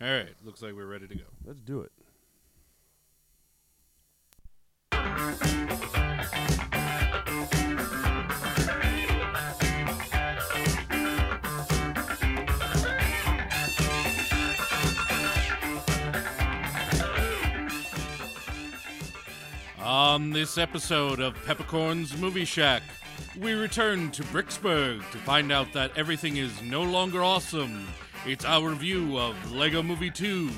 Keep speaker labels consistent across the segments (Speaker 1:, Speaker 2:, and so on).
Speaker 1: All right, looks like we're ready to go.
Speaker 2: Let's do it.
Speaker 1: On this episode of Peppercorn's Movie Shack, we return to Bricksburg to find out that everything is no longer awesome. It's our review of Lego Movie 2.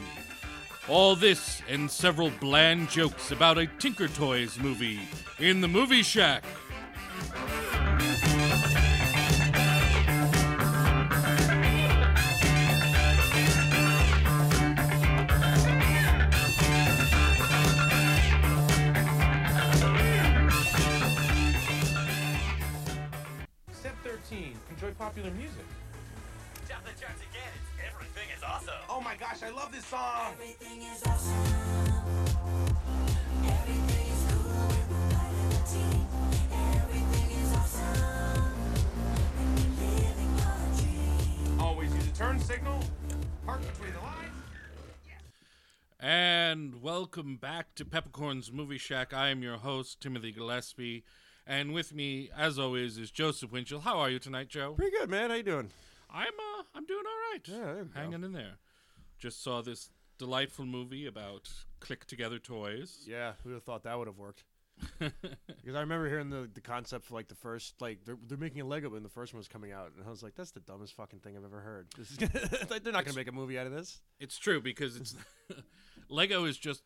Speaker 1: All this and several bland jokes about a Tinker Toys movie in the Movie Shack.
Speaker 3: Step 13. Enjoy popular music.
Speaker 4: Down the charts again. It's everything is awesome.
Speaker 3: Oh my gosh, I love this song!
Speaker 5: Everything is awesome. Everything is cool with the light of the team. Everything is awesome. And we're living our dream.
Speaker 3: Always use a turn signal. Park between the lines.
Speaker 1: And welcome back to Peppercorn's Movie Shack. I am your host, Timothy Gillespie. And with me, as always, is Joseph Winchell. How are you tonight, Joe?
Speaker 2: Pretty good, man. How you doing?
Speaker 1: I'm uh, I'm doing all right.
Speaker 2: Yeah, there we go.
Speaker 1: hanging in there. Just saw this delightful movie about click together toys.
Speaker 2: Yeah, who would have thought that would have worked? because I remember hearing the, the concept for like the first like they're, they're making a Lego when the first one was coming out, and I was like, that's the dumbest fucking thing I've ever heard. This is like, they're not gonna make a movie out of this.
Speaker 1: It's true because it's Lego is just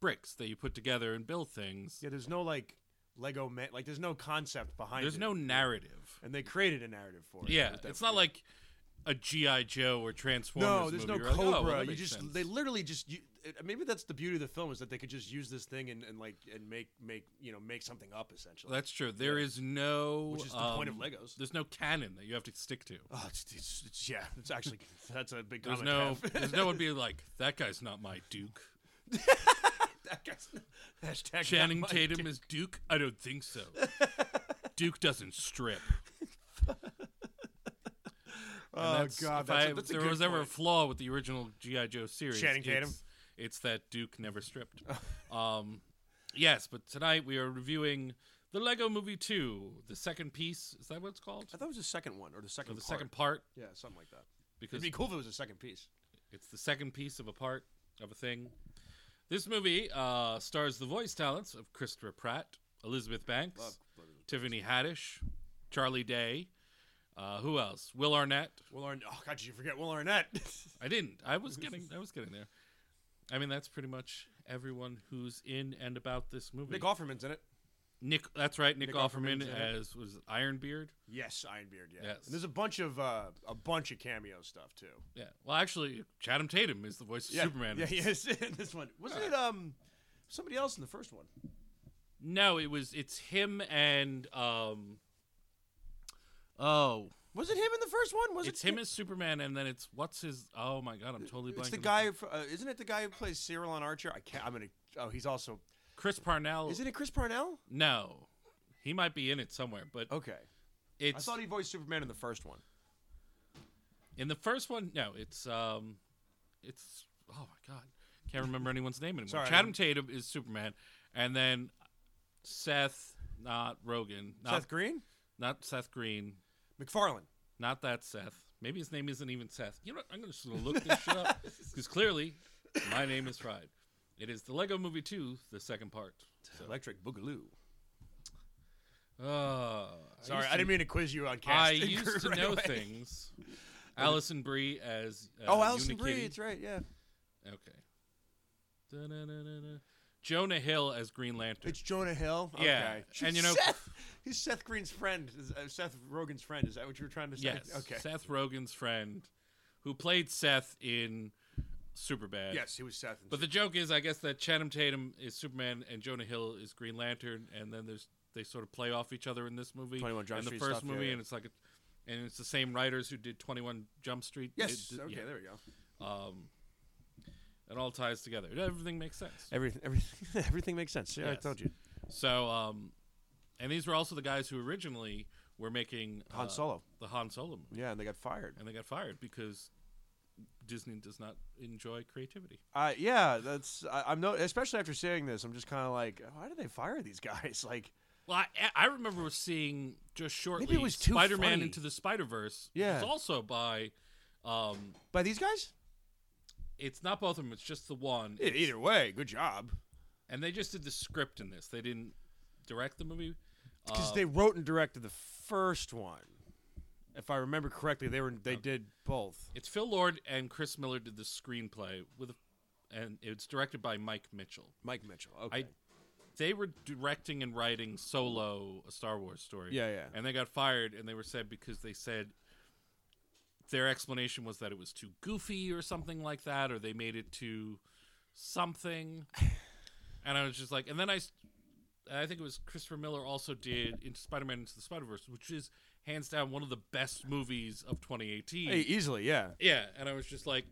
Speaker 1: bricks that you put together and build things.
Speaker 2: Yeah, there's no like Lego man, like there's no concept behind.
Speaker 1: There's
Speaker 2: it.
Speaker 1: no narrative.
Speaker 2: and they created a narrative for it.
Speaker 1: Yeah,
Speaker 2: With that-
Speaker 1: it's not like a GI Joe or Transformers.
Speaker 2: no, there's
Speaker 1: movie.
Speaker 2: no
Speaker 1: You're like, oh, well,
Speaker 2: Cobra.
Speaker 1: that
Speaker 2: you
Speaker 1: makes
Speaker 2: just
Speaker 1: sense.
Speaker 2: they literally just you, it- maybe that's the beauty of the film is that they could just use this thing and, and like and make make you know make something up essentially.
Speaker 1: That's true. There is no
Speaker 2: Which is the point of
Speaker 1: um,
Speaker 2: Legos.
Speaker 1: There's no canon that you have to stick to.
Speaker 2: Oh, it's, it's, it's yeah. It's actually that's a big.
Speaker 1: There's
Speaker 2: comment
Speaker 1: no
Speaker 2: to have.
Speaker 1: there's no one being like that guy's not my duke.
Speaker 2: That guy's- hashtag not
Speaker 1: Channing
Speaker 2: my
Speaker 1: Tatum
Speaker 2: dick.
Speaker 1: is Duke? I don't think so. Duke doesn't strip. And
Speaker 2: Oh
Speaker 1: that's-
Speaker 2: god,
Speaker 1: if
Speaker 2: that's,
Speaker 1: I-
Speaker 2: a, that's a
Speaker 1: if there
Speaker 2: good
Speaker 1: was ever a
Speaker 2: point.
Speaker 1: flaw with the original GI Joe series,
Speaker 2: Channing Tatum?
Speaker 1: it's, it's that Duke never stripped. um, yes, but tonight we are reviewing the Lego Movie Two, the second piece. Is that what it's called?
Speaker 2: I thought it was the second one or the second.
Speaker 1: Or the
Speaker 2: part.
Speaker 1: second part,
Speaker 2: Yeah, something like that. It'd
Speaker 1: because
Speaker 2: be cool if it was a second piece.
Speaker 1: It's the second piece of a part of a thing. This movie uh, stars the voice talents of Christopher Pratt, Elizabeth Banks, Tiffany Haddish, Charlie Day. Uh, who else? Will Arnett.
Speaker 2: Will Arnett. Oh god, did you forget Will Arnett?
Speaker 1: I didn't. I was getting. I was getting there. I mean, that's pretty much everyone who's in and about this movie.
Speaker 2: Nick Offerman's in it.
Speaker 1: Nick that's right. Nick,
Speaker 2: Nick
Speaker 1: Offerman
Speaker 2: Offerman's in it.
Speaker 1: as was it Ironbeard.
Speaker 2: Yes, Ironbeard. Yeah.
Speaker 1: Yes.
Speaker 2: And there's a bunch of uh, a bunch of cameo stuff too.
Speaker 1: Yeah. Well, actually, Chatham Tatum is the voice of
Speaker 2: Yeah.
Speaker 1: Superman.
Speaker 2: Yeah, he is in this one. Wasn't it um somebody else in the first one?
Speaker 1: No, it was. It's him and um. Oh,
Speaker 2: Was it him in the first one? Was
Speaker 1: it's
Speaker 2: it
Speaker 1: him as Superman, and then it's what's his? Oh my god, I'm totally blanking.
Speaker 2: It's the
Speaker 1: on-
Speaker 2: guy. fr- Uh, isn't it the guy who plays Cyril on Archer? I can't. I'm gonna. Oh, he's also.
Speaker 1: Chris Parnell.
Speaker 2: Isn't it Chris Parnell?
Speaker 1: No, he might be in it somewhere, but
Speaker 2: Okay. Oh, I
Speaker 1: it's
Speaker 2: thought he voiced Superman in the first one.
Speaker 1: in the first one. No, it's um, it's oh my god, can't remember anyone's name anymore.
Speaker 2: Sorry, I
Speaker 1: Chatham
Speaker 2: didn't-
Speaker 1: Tatum is Superman, and then Seth, not Rogan, not
Speaker 2: Seth Green,
Speaker 1: not Seth Green,
Speaker 2: McFarlane.
Speaker 1: Not that Seth. Maybe his name isn't even Seth. You know, what? I'm gonna just look this shit up because clearly, my name is fried. It is the Lego Movie 2, the second part. So,
Speaker 2: Electric Boogaloo.
Speaker 1: uh,
Speaker 2: Sorry, I, didn't mean to quiz you on
Speaker 1: I
Speaker 2: casting.
Speaker 1: used to
Speaker 2: right
Speaker 1: know
Speaker 2: away.
Speaker 1: things. Allison Brie as uh,
Speaker 2: Oh, Allison Brie.
Speaker 1: Unikitty.
Speaker 2: It's right. Yeah.
Speaker 1: Okay. Da-na-na-na-na. Jonah Hill as Green Lantern.
Speaker 2: It's Jonah Hill.
Speaker 1: Yeah,
Speaker 2: Okay. Shoot,
Speaker 1: and you know-
Speaker 2: Seth. He's Seth Green's friend. is- uh, Seth Rogen's friend. Is that what you were trying to say?
Speaker 1: yes.
Speaker 2: Okay.
Speaker 1: Seth Rogen's friend, who played Seth in Superbad.
Speaker 2: Yes, he was Seth. in
Speaker 1: But the joke is, I guess that Chatham Tatum is Superman and Jonah Hill is Green Lantern, and then there's they sort of play off each other in this movie
Speaker 2: 21 Jump
Speaker 1: and the
Speaker 2: Street
Speaker 1: first
Speaker 2: stuff, yeah,
Speaker 1: movie,
Speaker 2: yeah.
Speaker 1: and it's like, a, and it's the same writers who did Twenty One Jump Street.
Speaker 2: Yes.
Speaker 1: It-
Speaker 2: okay.
Speaker 1: yeah.
Speaker 2: There we go.
Speaker 1: Um, it all ties together. Everything makes sense.
Speaker 2: Everything. Everything. Everything makes sense. Yeah,
Speaker 1: I Yes. told you. So, um, and these were also the guys who originally were making uh,
Speaker 2: Han Solo.
Speaker 1: the Han Solo movie,
Speaker 2: Yeah, and they got fired.
Speaker 1: and they got fired because Disney does not enjoy creativity.
Speaker 2: Uh, yeah, that's I, I'm no, especially after seeing this, I'm just kind of like, why did they fire these guys? Like,
Speaker 1: Well, I, I remember seeing just shortly
Speaker 2: Maybe it was too
Speaker 1: Spider-Man
Speaker 2: funny.
Speaker 1: into the Spider-Verse.
Speaker 2: Yeah.
Speaker 1: it's also by, um,
Speaker 2: by these guys?
Speaker 1: it's not both of them. It's just the one.
Speaker 2: E- Either way, good job.
Speaker 1: and they just did the script in this. They didn't direct the movie.
Speaker 2: Because
Speaker 1: Uh,
Speaker 2: they wrote and directed the first one, if I remember correctly. They were they did both.
Speaker 1: It's Phil Lord and Chris Miller did the screenplay with, and it's directed by Mike Mitchell.
Speaker 2: Mike Mitchell. Okay.
Speaker 1: I, they were directing and writing solo a Star Wars story.
Speaker 2: Yeah, yeah.
Speaker 1: And they got fired, and they were said because they said their explanation was that it was too goofy or something like that, or they made it too something. And I was just like, and then I, s- and I think it was Christopher Miller also did into Spider-Man into the Spider-Verse, which is hands down one of the best movies of 2018.
Speaker 2: Hey, easily, yeah.
Speaker 1: Yeah, and I was just like,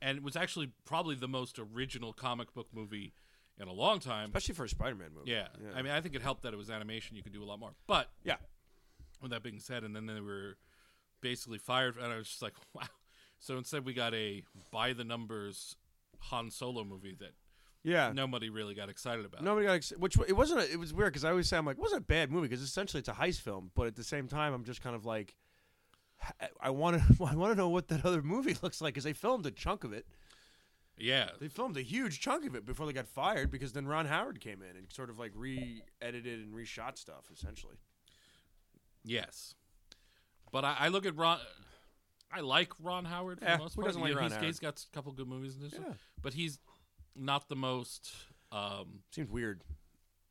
Speaker 1: and it was actually probably the most original comic book movie in a long time.
Speaker 2: Especially for a Spider-Man movie.
Speaker 1: Yeah. I mean, I think it helped that it was animation. You could do a lot more. But
Speaker 2: yeah.
Speaker 1: with that being said, and then they were basically fired, and I was just like, wow. So instead, we got a by the numbers Han Solo movie that
Speaker 2: Yeah.
Speaker 1: nobody really got excited about.
Speaker 2: Nobody got ex- which it wasn't. A, it was weird because I always say I'm like, it wasn't a bad movie because essentially it's a heist film, but at the same time I'm just kind of like, I- I want to I want to know what that other movie looks like because they filmed a chunk of it.
Speaker 1: Yeah.
Speaker 2: They filmed a huge chunk of it before they got fired because then Ron Howard came in and sort of like re-edited and reshot stuff essentially.
Speaker 1: Yes. But I, I look at Ron. I like Ron Howard for
Speaker 2: Yeah,
Speaker 1: the most
Speaker 2: who
Speaker 1: part.
Speaker 2: doesn't like
Speaker 1: Yeah,
Speaker 2: Ron
Speaker 1: he's,
Speaker 2: Howard?
Speaker 1: he's got a couple good movies in this
Speaker 2: Yeah.
Speaker 1: one, but he's not the most. Um,
Speaker 2: Seems weird.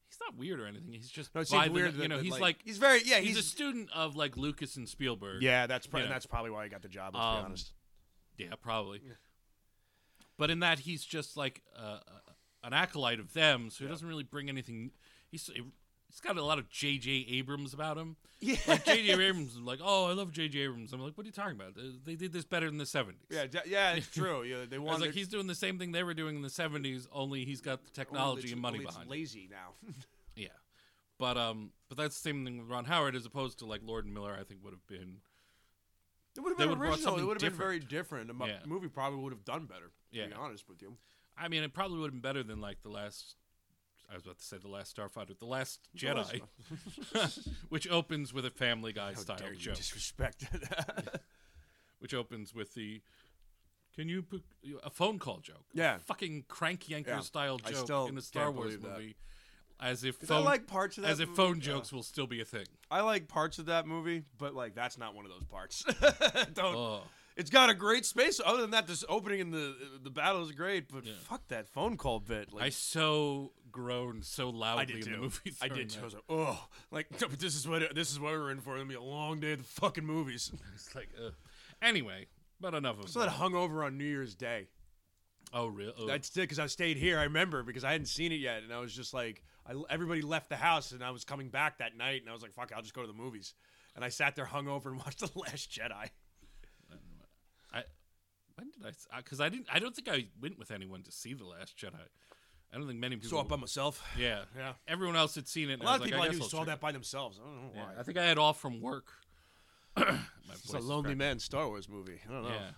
Speaker 1: he's not weird or anything. He's just
Speaker 2: No, it
Speaker 1: by
Speaker 2: seems
Speaker 1: the,
Speaker 2: weird.
Speaker 1: you
Speaker 2: that-
Speaker 1: know.
Speaker 2: that,
Speaker 1: He's like,
Speaker 2: he's very yeah
Speaker 1: he's,
Speaker 2: he's,
Speaker 1: a student of like Lucas and Spielberg.
Speaker 2: yeah that's pr-
Speaker 1: you know.
Speaker 2: that's probably why I got the job. Let's
Speaker 1: Um,
Speaker 2: be honest.
Speaker 1: Yeah, probably. But in that, he's just like uh, an acolyte of them, so he doesn't really bring anything. He's he's got a lot of J.J. Abrams about him.
Speaker 2: Yeah.
Speaker 1: Like J.J. Abrams is like, oh, I love J.J. Abrams. I'm like, what are you talking about? They- They did this better in the '70s.
Speaker 2: Yeah, d- yeah, it's true. Yeah, they
Speaker 1: I was
Speaker 2: wanted
Speaker 1: like, he's doing the same thing they were doing in the '70s, only he's got the technology and money behind. it.
Speaker 2: lazy now.
Speaker 1: Yeah, but um, but that's the same thing with Ron Howard, as opposed to like Lord and Miller. I think would have been
Speaker 2: It would have
Speaker 1: They would've
Speaker 2: been
Speaker 1: brought
Speaker 2: original. It
Speaker 1: something
Speaker 2: would have been very different. The mu-
Speaker 1: Yeah.
Speaker 2: movie probably would have done better. To be
Speaker 1: Yeah.
Speaker 2: honest with you,
Speaker 1: I mean, it probably would have been better than like the last. I was about to say the last Starfighter, the last Jedi, which opens with a Family Guy style
Speaker 2: dare you
Speaker 1: joke,
Speaker 2: disrespect that?
Speaker 1: which opens with the. Can you put a phone call joke?
Speaker 2: Yeah.
Speaker 1: fucking crank yanker
Speaker 2: Yeah.
Speaker 1: style
Speaker 2: I
Speaker 1: joke
Speaker 2: still
Speaker 1: in a Star
Speaker 2: can't
Speaker 1: Wars
Speaker 2: believe that.
Speaker 1: movie, as if
Speaker 2: 'Cause
Speaker 1: phone
Speaker 2: I like parts of that.
Speaker 1: as if
Speaker 2: movie.
Speaker 1: phone
Speaker 2: Yeah.
Speaker 1: jokes will still be a thing.
Speaker 2: I like parts of that movie, but like that's not one of those parts. Don't.
Speaker 1: Oh,
Speaker 2: It's got a great space. Other than that, this opening in the the battle is great, but
Speaker 1: Yeah.
Speaker 2: fuck that phone call bit. Like,
Speaker 1: I so groaned so loudly
Speaker 2: I did
Speaker 1: in
Speaker 2: too.
Speaker 1: the movie.
Speaker 2: I
Speaker 1: during
Speaker 2: did too.
Speaker 1: that.
Speaker 2: I was like, oh, like no, but this is what this is what we're in for. It's gonna be a long day of the fucking movies.
Speaker 1: It's like, uh, anyway, but enough of
Speaker 2: So that
Speaker 1: that.
Speaker 2: hung over on New Year's Day.
Speaker 1: Oh, real? Oh,
Speaker 2: That's it because I stayed here. I remember because I hadn't seen it yet, and I was just like, I, everybody left the house, and I was coming back that night, and I was like, "Fuck, I'll just go to the movies." And I sat there hungover and watched the Last Jedi.
Speaker 1: I when did I? Because I didn't. I don't think I went with anyone to see the Last Jedi. I don't think many people.
Speaker 2: Saw it by myself.
Speaker 1: yeah,
Speaker 2: Yeah.
Speaker 1: Everyone else had seen it. and
Speaker 2: A
Speaker 1: I
Speaker 2: lot
Speaker 1: was
Speaker 2: of
Speaker 1: like,
Speaker 2: people I,
Speaker 1: guess
Speaker 2: knew
Speaker 1: I'll
Speaker 2: saw
Speaker 1: check
Speaker 2: that by themselves. I don't know
Speaker 1: it.
Speaker 2: why.
Speaker 1: Yeah, I think I had off from work. My
Speaker 2: it's a
Speaker 1: voice is
Speaker 2: lonely
Speaker 1: cracking.
Speaker 2: man Star Wars movie. I don't know.
Speaker 1: Yeah,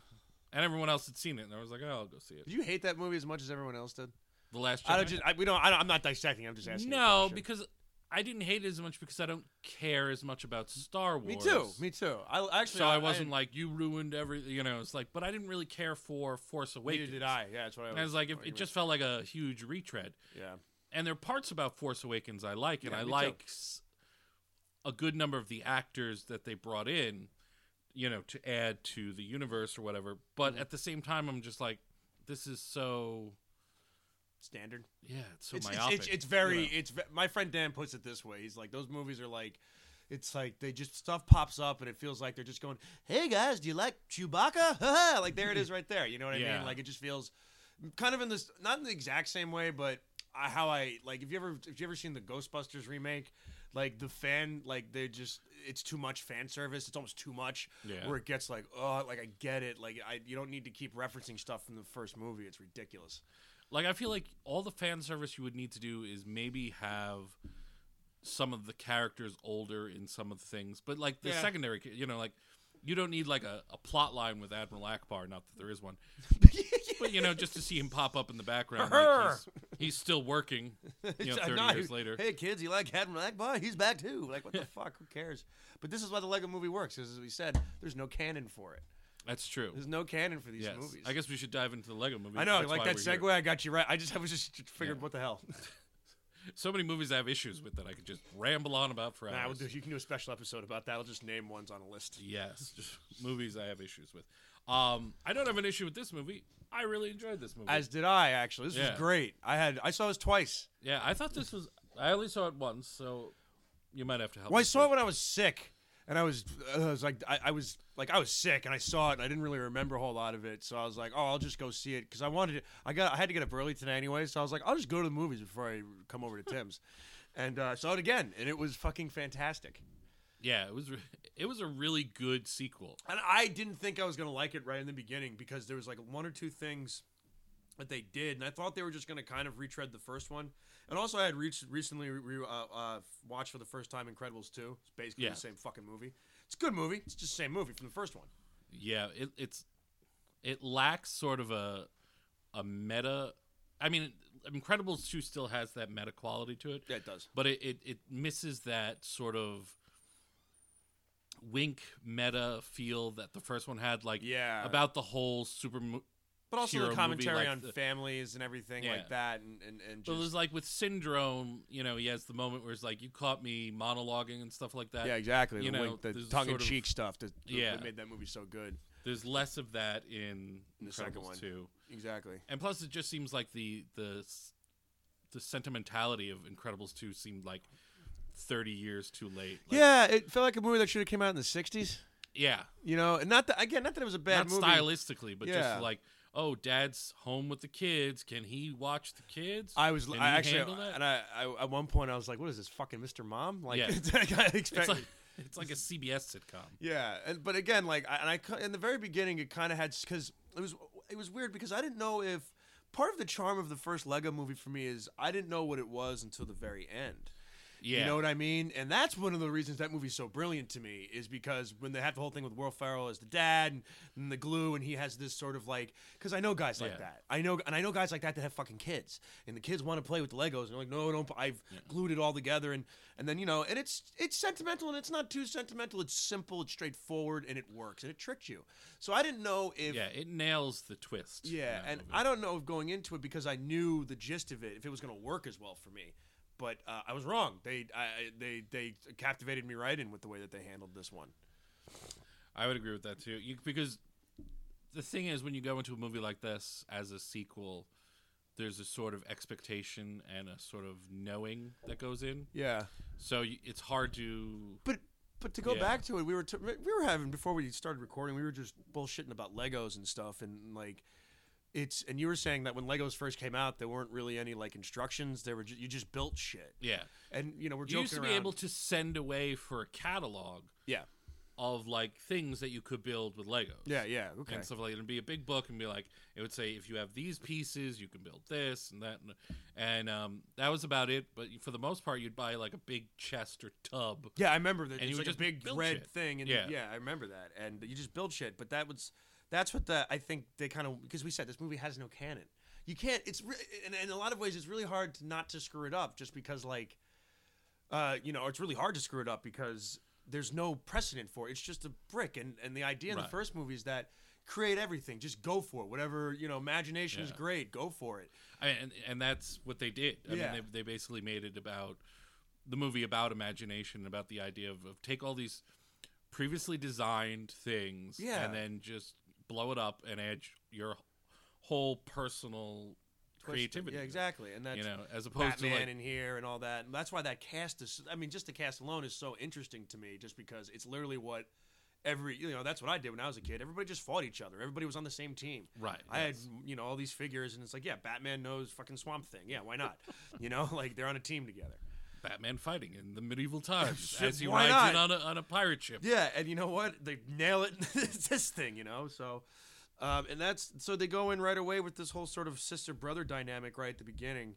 Speaker 1: and everyone else had seen it, and I was like, oh, I'll go see it.
Speaker 2: Did you hate that movie as much as everyone else did?
Speaker 1: The Last Jedi.
Speaker 2: I don't just. I, we don't. I don't I'm not dissecting. I'm just asking. a
Speaker 1: no,
Speaker 2: question.
Speaker 1: because I didn't hate it as much because I don't care as much about Star Wars.
Speaker 2: me too. Me too. I actually.
Speaker 1: So I wasn't like you ruined everything. You know, it's like, but I didn't really care for Force
Speaker 2: Neither
Speaker 1: Awakens.
Speaker 2: did I. Yeah, that's what I was.
Speaker 1: And I was like, it,
Speaker 2: what you
Speaker 1: it
Speaker 2: were-
Speaker 1: just felt like a huge retread.
Speaker 2: Yeah.
Speaker 1: and there are parts about Force Awakens I like, and
Speaker 2: Yeah,
Speaker 1: I
Speaker 2: me too.
Speaker 1: like s- a good number of the actors that they brought in, you know, to add to the universe or whatever. But
Speaker 2: Mm.
Speaker 1: at the same time, I'm just like, this is so
Speaker 2: Standard.
Speaker 1: yeah, it's so
Speaker 2: it's, it's-
Speaker 1: myopic.
Speaker 2: It's, it's, very.
Speaker 1: you know?
Speaker 2: It's ve- my friend Dan puts it this way. He's like, those movies are like, it's like they just stuff pops up and it feels like they're just going, "Hey guys, do you like Chewbacca?" like there it is right there. You know what I
Speaker 1: Yeah.
Speaker 2: mean? Like it just feels kind of in this not in the exact same way, but I, how I like. If you ever if you ever seen the Ghostbusters remake? Like the fan, like they just, it's too much fan service. It's almost too much.
Speaker 1: Yeah.
Speaker 2: Where it gets like, oh, like I get it. Like I, you don't need to keep referencing stuff from the first movie. It's ridiculous.
Speaker 1: like I feel like all the fan service you would need to do is maybe have some of the characters older in some of the things, but like the
Speaker 2: Yeah.
Speaker 1: secondary, ca- you know, like you don't need like a, a plot line with Admiral Akbar, not that there is one. But you know, just to see him pop up in the background, like he's, he's still working. You know,
Speaker 2: It's like,
Speaker 1: thirty
Speaker 2: nah,
Speaker 1: years
Speaker 2: he-
Speaker 1: later.
Speaker 2: Hey kids, you like Admiral Akbar? He's back too. Like what the fuck? Who cares? But this is why the Lego Movie works. 'cause As we said, there's no canon for it.
Speaker 1: That's true.
Speaker 2: There's no canon for these
Speaker 1: Yes,
Speaker 2: movies.
Speaker 1: I guess we should dive into the Lego movie.
Speaker 2: I know,
Speaker 1: That's
Speaker 2: like
Speaker 1: why
Speaker 2: that
Speaker 1: we're
Speaker 2: segue.
Speaker 1: here.
Speaker 2: I got you right. I just I was just figured,
Speaker 1: Yeah.
Speaker 2: what the hell?
Speaker 1: So many movies I have issues with that I could just ramble on about for hours.
Speaker 2: Nah, we'll do, you can do a special episode about that. I'll just name ones on a list.
Speaker 1: Yes, just movies I have issues with. Um, I don't have an issue with this movie. I really enjoyed this movie.
Speaker 2: As did I actually. This
Speaker 1: Yeah.
Speaker 2: was great. I had I saw this twice.
Speaker 1: yeah, I thought this was. I only saw it once, so you might have to help.
Speaker 2: Well, I
Speaker 1: me
Speaker 2: saw it
Speaker 1: with-
Speaker 2: when I was sick, and I was, uh, I was like, I, I was like, I was sick, and I saw it, and I didn't really remember a whole lot of it, so I was like, oh, I'll just go see it because I wanted, to, I got, I had to get up early today anyway, so I was like, I'll just go to the movies before I come over to Tim's, and uh, I saw it again, and it was fucking fantastic,
Speaker 1: Yeah, it was. Re- it was a really good sequel.
Speaker 2: and I didn't think I was gonna like it right in the beginning because there was like one or two things that they did, and I thought they were just gonna kind of retread the first one. And also, I had reached recently re- uh, uh, watched for the first time Incredibles 2. It's basically
Speaker 1: Yeah.
Speaker 2: the same fucking movie. It's a good movie. It's just the same movie from the first one.
Speaker 1: Yeah, it, it's it lacks sort of a a meta. I mean, Incredibles two still has that meta quality to it.
Speaker 2: it does.
Speaker 1: but it, it, it misses that sort of wink meta feel that the first one had like
Speaker 2: Yeah.
Speaker 1: about the whole super mo-
Speaker 2: But also
Speaker 1: hero
Speaker 2: the
Speaker 1: movie,
Speaker 2: commentary
Speaker 1: like
Speaker 2: on
Speaker 1: the-
Speaker 2: families and everything
Speaker 1: Yeah.
Speaker 2: like that, and and, and
Speaker 1: but it was
Speaker 2: just
Speaker 1: like with syndrome you know he has the moment where it's like you caught me monologuing and stuff like that
Speaker 2: yeah, exactly.
Speaker 1: you
Speaker 2: the
Speaker 1: know
Speaker 2: wink- the
Speaker 1: there's a
Speaker 2: tongue in
Speaker 1: sort of-
Speaker 2: cheek stuff that, that
Speaker 1: Yeah.
Speaker 2: made that movie so good.
Speaker 1: there's less of that in
Speaker 2: In the
Speaker 1: Incredibles
Speaker 2: second one.
Speaker 1: two
Speaker 2: Exactly.
Speaker 1: and plus it just seems like the the s- the sentimentality of Incredibles two seemed like thirty years too late Like,
Speaker 2: yeah, it felt like a movie that should have came out in the '60s.
Speaker 1: yeah
Speaker 2: You know, and not that again, not that it was a bad
Speaker 1: not
Speaker 2: movie.
Speaker 1: stylistically, but
Speaker 2: Yeah.
Speaker 1: just like, oh, dad's home with the kids. Can he watch the kids?
Speaker 2: I was
Speaker 1: Can
Speaker 2: I
Speaker 1: he
Speaker 2: actually
Speaker 1: handle that?
Speaker 2: and I, I at one point I was like, what is this fucking Mr. Mom? Like,
Speaker 1: Yeah.
Speaker 2: it's like, I expect.
Speaker 1: it's like it's like a CBS sitcom.
Speaker 2: Yeah, and but again, like, I, and I cou- in the very beginning, it kind of had because it was it was weird because I didn't know if part of the charm of the first Lego movie for me is I didn't know what it was until the very end.
Speaker 1: Yeah,
Speaker 2: You know what I mean? And that's one of the reasons that movie's so brilliant to me is because when they have the whole thing with Will Ferrell as the dad and, and the glue, and he has this sort of like, because I know guys like
Speaker 1: Yeah.
Speaker 2: that. I know, and I know guys like that that have fucking kids, and the kids want to play with the Legos, and they're like, no, don't. p- I've glued it all together, and and then you know, and it's it's sentimental, and it's not too sentimental. It's simple, it's straightforward, and it works, and it tricks you. So I didn't know if
Speaker 1: yeah, it nails the twist. in
Speaker 2: yeah,
Speaker 1: that
Speaker 2: and
Speaker 1: movie.
Speaker 2: I don't know if going into it because I knew the gist of it, if it was going to work as well for me. But uh, I was wrong. They I, I- they they captivated me right in with the way that they handled this one.
Speaker 1: I would agree with that too, you, because the thing is, when you go into a movie like this as a sequel, there's a sort of expectation and a sort of knowing that goes in.
Speaker 2: Yeah,
Speaker 1: So y- it's hard to
Speaker 2: but but to go
Speaker 1: Yeah.
Speaker 2: back to it, we were t- we were having before we started recording, we were just bullshitting about Legos and stuff, and like it's and you were saying that when Legos first came out, there weren't really any like instructions. They were ju- you just built shit,
Speaker 1: yeah.
Speaker 2: and you know we're
Speaker 1: You
Speaker 2: joking
Speaker 1: used to
Speaker 2: around.
Speaker 1: be able to send away for a catalog
Speaker 2: yeah,
Speaker 1: of like things that you could build with Legos.
Speaker 2: yeah, yeah. Okay,
Speaker 1: and stuff like that. It'd be a big book and be like, it would say, if you have these pieces, you can build this and that. And, and um, that was about it. But for the most part, you'd buy like a big chest or tub.
Speaker 2: Yeah, I remember that.
Speaker 1: And you
Speaker 2: It's
Speaker 1: would
Speaker 2: like a
Speaker 1: just
Speaker 2: big
Speaker 1: build
Speaker 2: red
Speaker 1: shit.
Speaker 2: thing, and
Speaker 1: Yeah.
Speaker 2: yeah. I remember that. And you just build shit, but that was that's what the I think they kind of because we said this movie has no canon. You can't. It's re- in, in a lot of ways it's really hard to not to screw it up, just because like, uh, you know, it's really hard to screw it up because there's no precedent for it. It's just a brick, and and the idea in
Speaker 1: Right.
Speaker 2: the first movie is that create everything, just go for it. Whatever you know, imagination is
Speaker 1: Yeah.
Speaker 2: great. Go for it.
Speaker 1: I mean, and, and that's what they did. I
Speaker 2: Yeah.
Speaker 1: mean, they, they basically made it about the movie about imagination, about the idea of, of take all these previously designed things
Speaker 2: Yeah.
Speaker 1: and then just blow it up and add your whole personal
Speaker 2: Push it.
Speaker 1: creativity.
Speaker 2: Yeah,
Speaker 1: to it,
Speaker 2: exactly. And that's
Speaker 1: You know, as opposed
Speaker 2: Batman
Speaker 1: to like,
Speaker 2: in here and all that. And that's why that cast is. I mean, just the cast alone is so interesting to me, just because it's literally what every you know that's what I did when I was a kid. Everybody just fought each other. Everybody was on the same team.
Speaker 1: Right, yes.
Speaker 2: I had you know all these figures, and it's like, yeah, Batman knows fucking Swamp Thing. Yeah, why not? you know, like they're on a team together.
Speaker 1: Batman fighting in the medieval times
Speaker 2: Shit,
Speaker 1: as he
Speaker 2: why
Speaker 1: rides in
Speaker 2: not?
Speaker 1: on a, on a pirate ship.
Speaker 2: Yeah, and you know what? They nail it. it's this thing, you know. So, um, and that's so they go in right away with this whole sort of sister brother dynamic right at the beginning,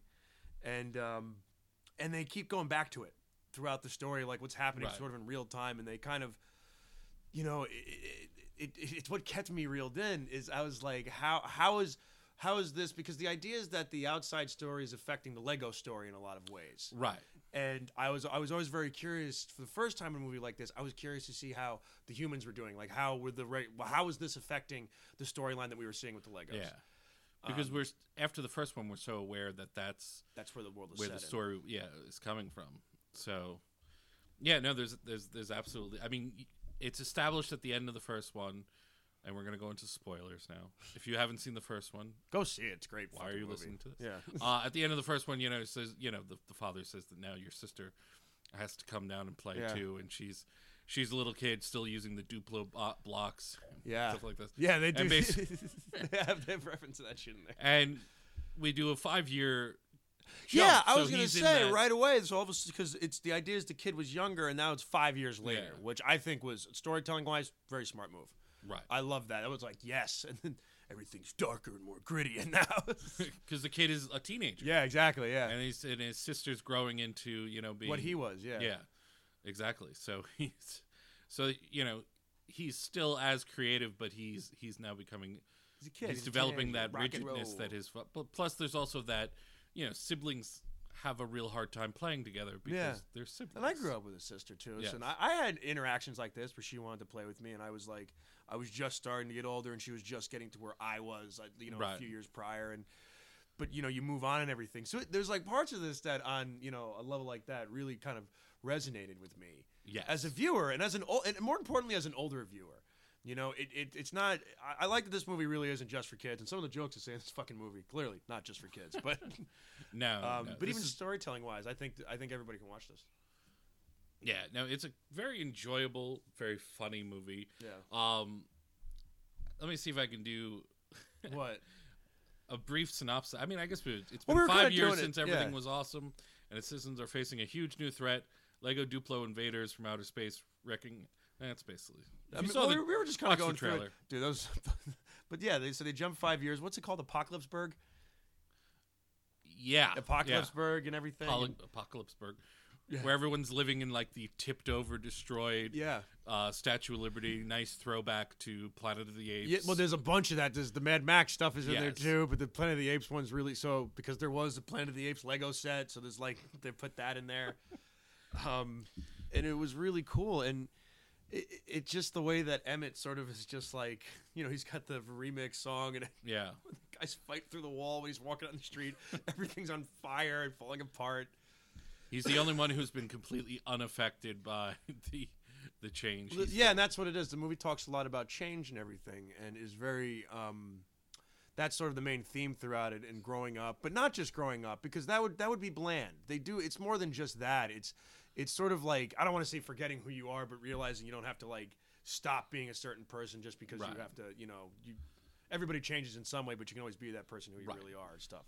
Speaker 2: and um, and they keep going back to it throughout the story, like what's happening
Speaker 1: Right.
Speaker 2: sort of in real time, and they kind of you know, it, it, it, it's what kept me reeled in is I was like, how how is how is this? Because the idea is that the outside story is affecting the Lego story in a lot of ways.
Speaker 1: Right.
Speaker 2: And I was I was always very curious for the first time in a movie like this. I was curious to see how the humans were doing, like how were the re- how was this affecting the storyline that we were seeing with the Legos?
Speaker 1: Yeah.
Speaker 2: Um,
Speaker 1: Because we're s- after the first one, we're so aware that that's
Speaker 2: that's where the world is
Speaker 1: where
Speaker 2: set
Speaker 1: the
Speaker 2: in.
Speaker 1: story yeah is coming from. So yeah, no, there's there's there's absolutely. I mean, y- it's established at the end of the first one, and we're gonna go into spoilers now. If you haven't seen the first one,
Speaker 2: Go see it. It's a great.
Speaker 1: why are
Speaker 2: fucking
Speaker 1: you
Speaker 2: movie.
Speaker 1: listening to this?
Speaker 2: Yeah.
Speaker 1: uh, at the end of the first one, you know, it says you know the, the father says that now your sister has to come down and play
Speaker 2: Yeah.
Speaker 1: too, and she's she's a little kid still using the Duplo bo- blocks, and
Speaker 2: Yeah.
Speaker 1: stuff like this.
Speaker 2: Yeah, they do.
Speaker 1: And basi-
Speaker 2: they have they have reference to that shit in there.
Speaker 1: and we do a five year.
Speaker 2: Yeah, I
Speaker 1: so
Speaker 2: was gonna
Speaker 1: he's in
Speaker 2: say
Speaker 1: that-
Speaker 2: right away. So all of because it's the idea is the kid was younger, and now it's five years later,
Speaker 1: Yeah.
Speaker 2: which I think was storytelling wise very smart move.
Speaker 1: Right,
Speaker 2: I love that. I was like, yes, and then everything's darker and more gritty, and now.
Speaker 1: because the kid is a teenager.
Speaker 2: yeah, exactly. Yeah,
Speaker 1: and he's and his sister's growing into you know being
Speaker 2: what he was. Yeah,
Speaker 1: yeah. exactly. So he's so you know he's still as creative, but he's he's now becoming
Speaker 2: he's a kid.
Speaker 1: he's
Speaker 2: a
Speaker 1: developing
Speaker 2: teenager,
Speaker 1: that
Speaker 2: rock and
Speaker 1: rigidness that
Speaker 2: roll.
Speaker 1: his fa- pl- plus there's also that you know siblings have a real hard time playing together because
Speaker 2: Yeah.
Speaker 1: they're siblings
Speaker 2: And I grew up with a sister too,
Speaker 1: Yes.
Speaker 2: so and I, I had interactions like this where she wanted to play with me, and I was like, I was just starting to get older, and she was just getting to where I was, like, you know, a
Speaker 1: Right.
Speaker 2: few years prior, and but you know, you move on and everything. So there's like parts of this that on you know a level like that really kind of resonated with me
Speaker 1: yes
Speaker 2: as a viewer, and as an old, and more importantly, as an older viewer. You know, it, it it's not. I, I like that this movie really isn't just for kids, and some of the jokes that say in this fucking movie clearly not just for kids, but
Speaker 1: no,
Speaker 2: um,
Speaker 1: no,
Speaker 2: but
Speaker 1: this
Speaker 2: even
Speaker 1: is-
Speaker 2: storytelling wise, I think I think everybody can watch this.
Speaker 1: yeah no it's a very enjoyable very funny movie
Speaker 2: Yeah.
Speaker 1: um let me see if I can do
Speaker 2: What?
Speaker 1: a brief synopsis. I mean, I guess we, it's been
Speaker 2: Well, we were
Speaker 1: five
Speaker 2: kinda doing
Speaker 1: years
Speaker 2: it,
Speaker 1: since everything
Speaker 2: yeah.
Speaker 1: was awesome, and its citizens are facing a huge new threat: Lego Duplo invaders from outer space wrecking. That's basically. If
Speaker 2: I
Speaker 1: you
Speaker 2: mean,
Speaker 1: saw
Speaker 2: well,
Speaker 1: the-
Speaker 2: we were- we were just kind of
Speaker 1: Oxford
Speaker 2: going through
Speaker 1: trailer.
Speaker 2: it. dude. Those, but yeah, they so they jumped five years. What's it called? Apocalypseburg,
Speaker 1: yeah, yeah.
Speaker 2: Apocalypseburg, and everything.
Speaker 1: Apocalypse, Apocalypseburg, where everyone's living in like the tipped over, destroyed
Speaker 2: yeah.
Speaker 1: uh, Statue of Liberty. Nice throwback to Planet of the Apes.
Speaker 2: yeah. Well, there's a bunch of that. There's the Mad Max stuff is in there
Speaker 1: Yes.
Speaker 2: too, but the Planet of the Apes one's really so because there was the Planet of the Apes Lego set, so there's like they put that in there, um, and it was really cool and. It, it- it's just the way that Emmett sort of is just like, you know, he's got the remix song and
Speaker 1: yeah,
Speaker 2: guys fight through the wall when he's walking on the street. Everything's on fire and falling apart.
Speaker 1: he's the only one who's been completely unaffected by the the change.
Speaker 2: Well,
Speaker 1: He's-
Speaker 2: yeah, and that's what it is. The movie talks a lot about change and everything, and is very. Um, that's sort of the main theme throughout it, and growing up, but not just growing up, because that would that would be bland. They do. It's more than just that. It's it's sort of like I don't want to say forgetting who you are, but realizing you don't have to like stop being a certain person just because
Speaker 1: Right.
Speaker 2: you have to. You know, you everybody changes in some way, but you can always be that person who you
Speaker 1: Right.
Speaker 2: really are and stuff.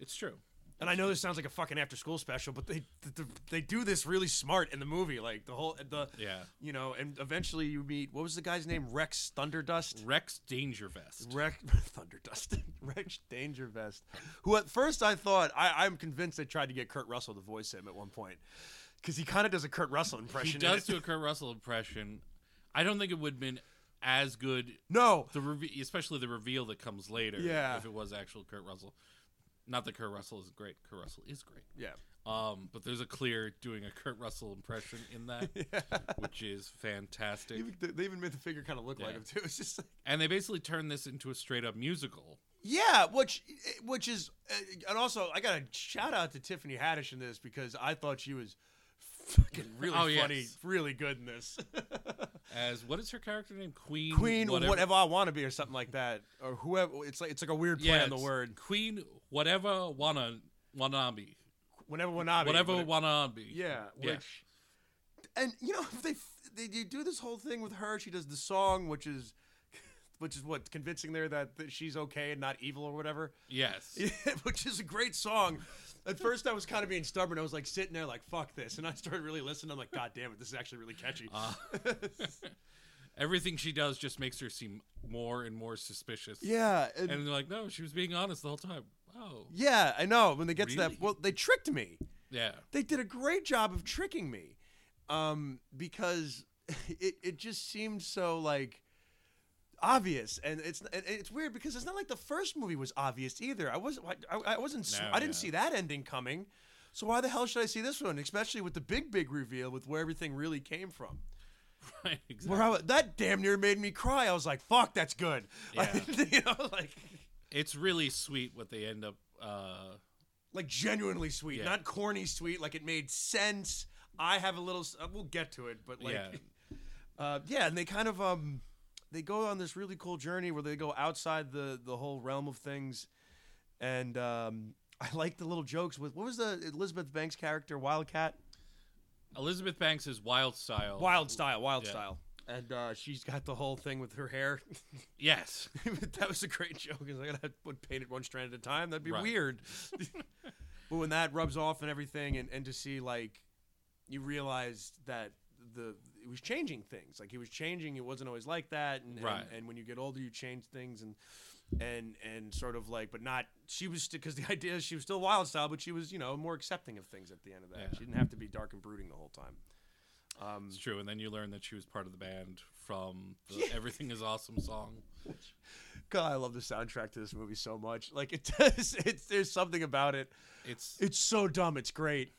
Speaker 1: it's true.
Speaker 2: And I know this sounds like a fucking after school special, but they th- th- they do this really smart in the movie. Like the whole the
Speaker 1: Yeah.
Speaker 2: you know, and eventually you meet what was the guy's name? Rex Thunderdust.
Speaker 1: Rex Danger Vest.
Speaker 2: Rex Thunderdust. Rex Danger Vest. Who at first I thought I, I'm convinced they tried to get Kurt Russell to voice him at one point because he kind of does a Kurt Russell impression.
Speaker 1: He
Speaker 2: in
Speaker 1: does
Speaker 2: it.
Speaker 1: do a Kurt Russell impression. I don't think it would have been as good,
Speaker 2: no.
Speaker 1: the reve- especially the reveal that comes later.
Speaker 2: Yeah.
Speaker 1: if it was actual Kurt Russell. Not that Kurt Russell is great. Kurt Russell is great.
Speaker 2: Yeah.
Speaker 1: Um, but there's a clear doing a Kurt Russell impression in that, which is fantastic.
Speaker 2: Even- They even made the figure kind of look like
Speaker 1: Yeah.
Speaker 2: him too. It's just like.
Speaker 1: And they basically turned this into a straight up musical.
Speaker 2: Yeah, which which is uh, and also I got a shout out to Tiffany Haddish in this because I thought she was fucking really
Speaker 1: Oh, yes.
Speaker 2: funny, really good in this.
Speaker 1: As what is her character name? Queen.
Speaker 2: Queen whatever, I want to be or something like that or whoever it's like it's like a weird play
Speaker 1: Yeah,
Speaker 2: on the
Speaker 1: it's
Speaker 2: word
Speaker 1: Queen. Whatever wanna wanabe.
Speaker 2: whenever wanabe.
Speaker 1: whatever
Speaker 2: whatever-
Speaker 1: wanabe.
Speaker 2: Yeah, which and you know if they f- they you do this whole thing with her, she does the song which is which is what convincing there that, that she's okay and not evil or whatever.
Speaker 1: Yes.
Speaker 2: Yeah, which is a great song. At first, I was kind of being stubborn. I was like sitting there, like "fuck this," and I started really listening. I'm like, "God damn it, this is actually really catchy."
Speaker 1: Uh. everything she does just makes her seem more and more suspicious.
Speaker 2: yeah, and,
Speaker 1: And they're like, no, she was being honest the whole time. Oh.
Speaker 2: yeah, I know. When they get to
Speaker 1: Really?
Speaker 2: that, well, they tricked me.
Speaker 1: Yeah.
Speaker 2: They did a great job of tricking me, um, because it it just seemed so like obvious and it's and it's weird because it's not like the first movie was obvious either i wasn't i, I wasn't s
Speaker 1: No,
Speaker 2: I didn't
Speaker 1: yeah.
Speaker 2: see that ending coming so why the hell should i see this one especially with the big big reveal with where everything really came from
Speaker 1: Right, exactly.
Speaker 2: where I, that damn near made me cry i was like fuck that's good
Speaker 1: Yeah.
Speaker 2: you know like
Speaker 1: It's really sweet what they end up. Uh,
Speaker 2: like genuinely sweet,
Speaker 1: Yeah.
Speaker 2: not corny sweet. Like it made sense. I have a little. s- uh, We'll get to it, but like,
Speaker 1: Yeah.
Speaker 2: uh, yeah, and they kind of um, they go on this really cool journey where they go outside the the whole realm of things, and um, I like the little jokes with what was the Elizabeth Banks character Wildcat
Speaker 1: Elizabeth Banks is wild style.
Speaker 2: Wild Style Wild
Speaker 1: Yeah.
Speaker 2: Style, and uh, she's got the whole thing with her hair.
Speaker 1: Yes.
Speaker 2: that was a great joke. Because I gotta would paint it one strand at a time. That'd be
Speaker 1: Right.
Speaker 2: weird. but when that rubs off and everything, and, and to see like you realize that the it was changing things. Like he was changing. It wasn't always like that. And, and-
Speaker 1: Right.
Speaker 2: and when you get older, you change things and. And and sort of like, but not. She was because the idea is she was still wild style, but she was you know more accepting of things at the end of that.
Speaker 1: Yeah.
Speaker 2: She didn't have to be dark and brooding the whole time. Um,
Speaker 1: It's true. And then you learn that she was part of the band from the Everything is Awesome song.
Speaker 2: God, I love the soundtrack to this movie so much. Like it does. It's there's something about it.
Speaker 1: It's.
Speaker 2: It's so dumb. It's great.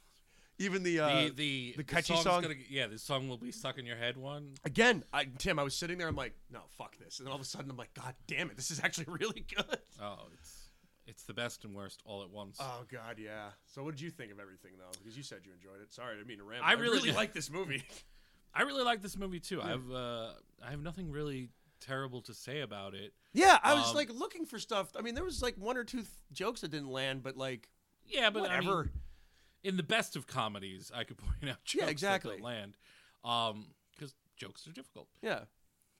Speaker 2: Even the uh,
Speaker 1: the, the,
Speaker 2: the catchy
Speaker 1: song's
Speaker 2: song?
Speaker 1: Gonna, yeah, the song will be stuck in your head one.
Speaker 2: again, I, Tim. I was sitting there. I'm like, no, fuck this. And then all of a sudden, I'm like, God damn it, this is actually really good.
Speaker 1: Oh, it's it's the best and worst all at once.
Speaker 2: Oh God, yeah. So what did you think of everything though? Because you said you enjoyed it. Sorry, I didn't mean to ramble.
Speaker 1: I really-
Speaker 2: like this movie.
Speaker 1: I really like this movie too. I have uh, I have nothing really terrible to say about it.
Speaker 2: yeah, I was
Speaker 1: Um,
Speaker 2: like looking for stuff. I mean, there was like one or two th- jokes that didn't land, but like
Speaker 1: Yeah, but I mean,
Speaker 2: whatever.
Speaker 1: in the best of comedies, I could point out jokes
Speaker 2: Yeah,
Speaker 1: that
Speaker 2: exactly.
Speaker 1: don't land, because jokes are difficult.
Speaker 2: yeah,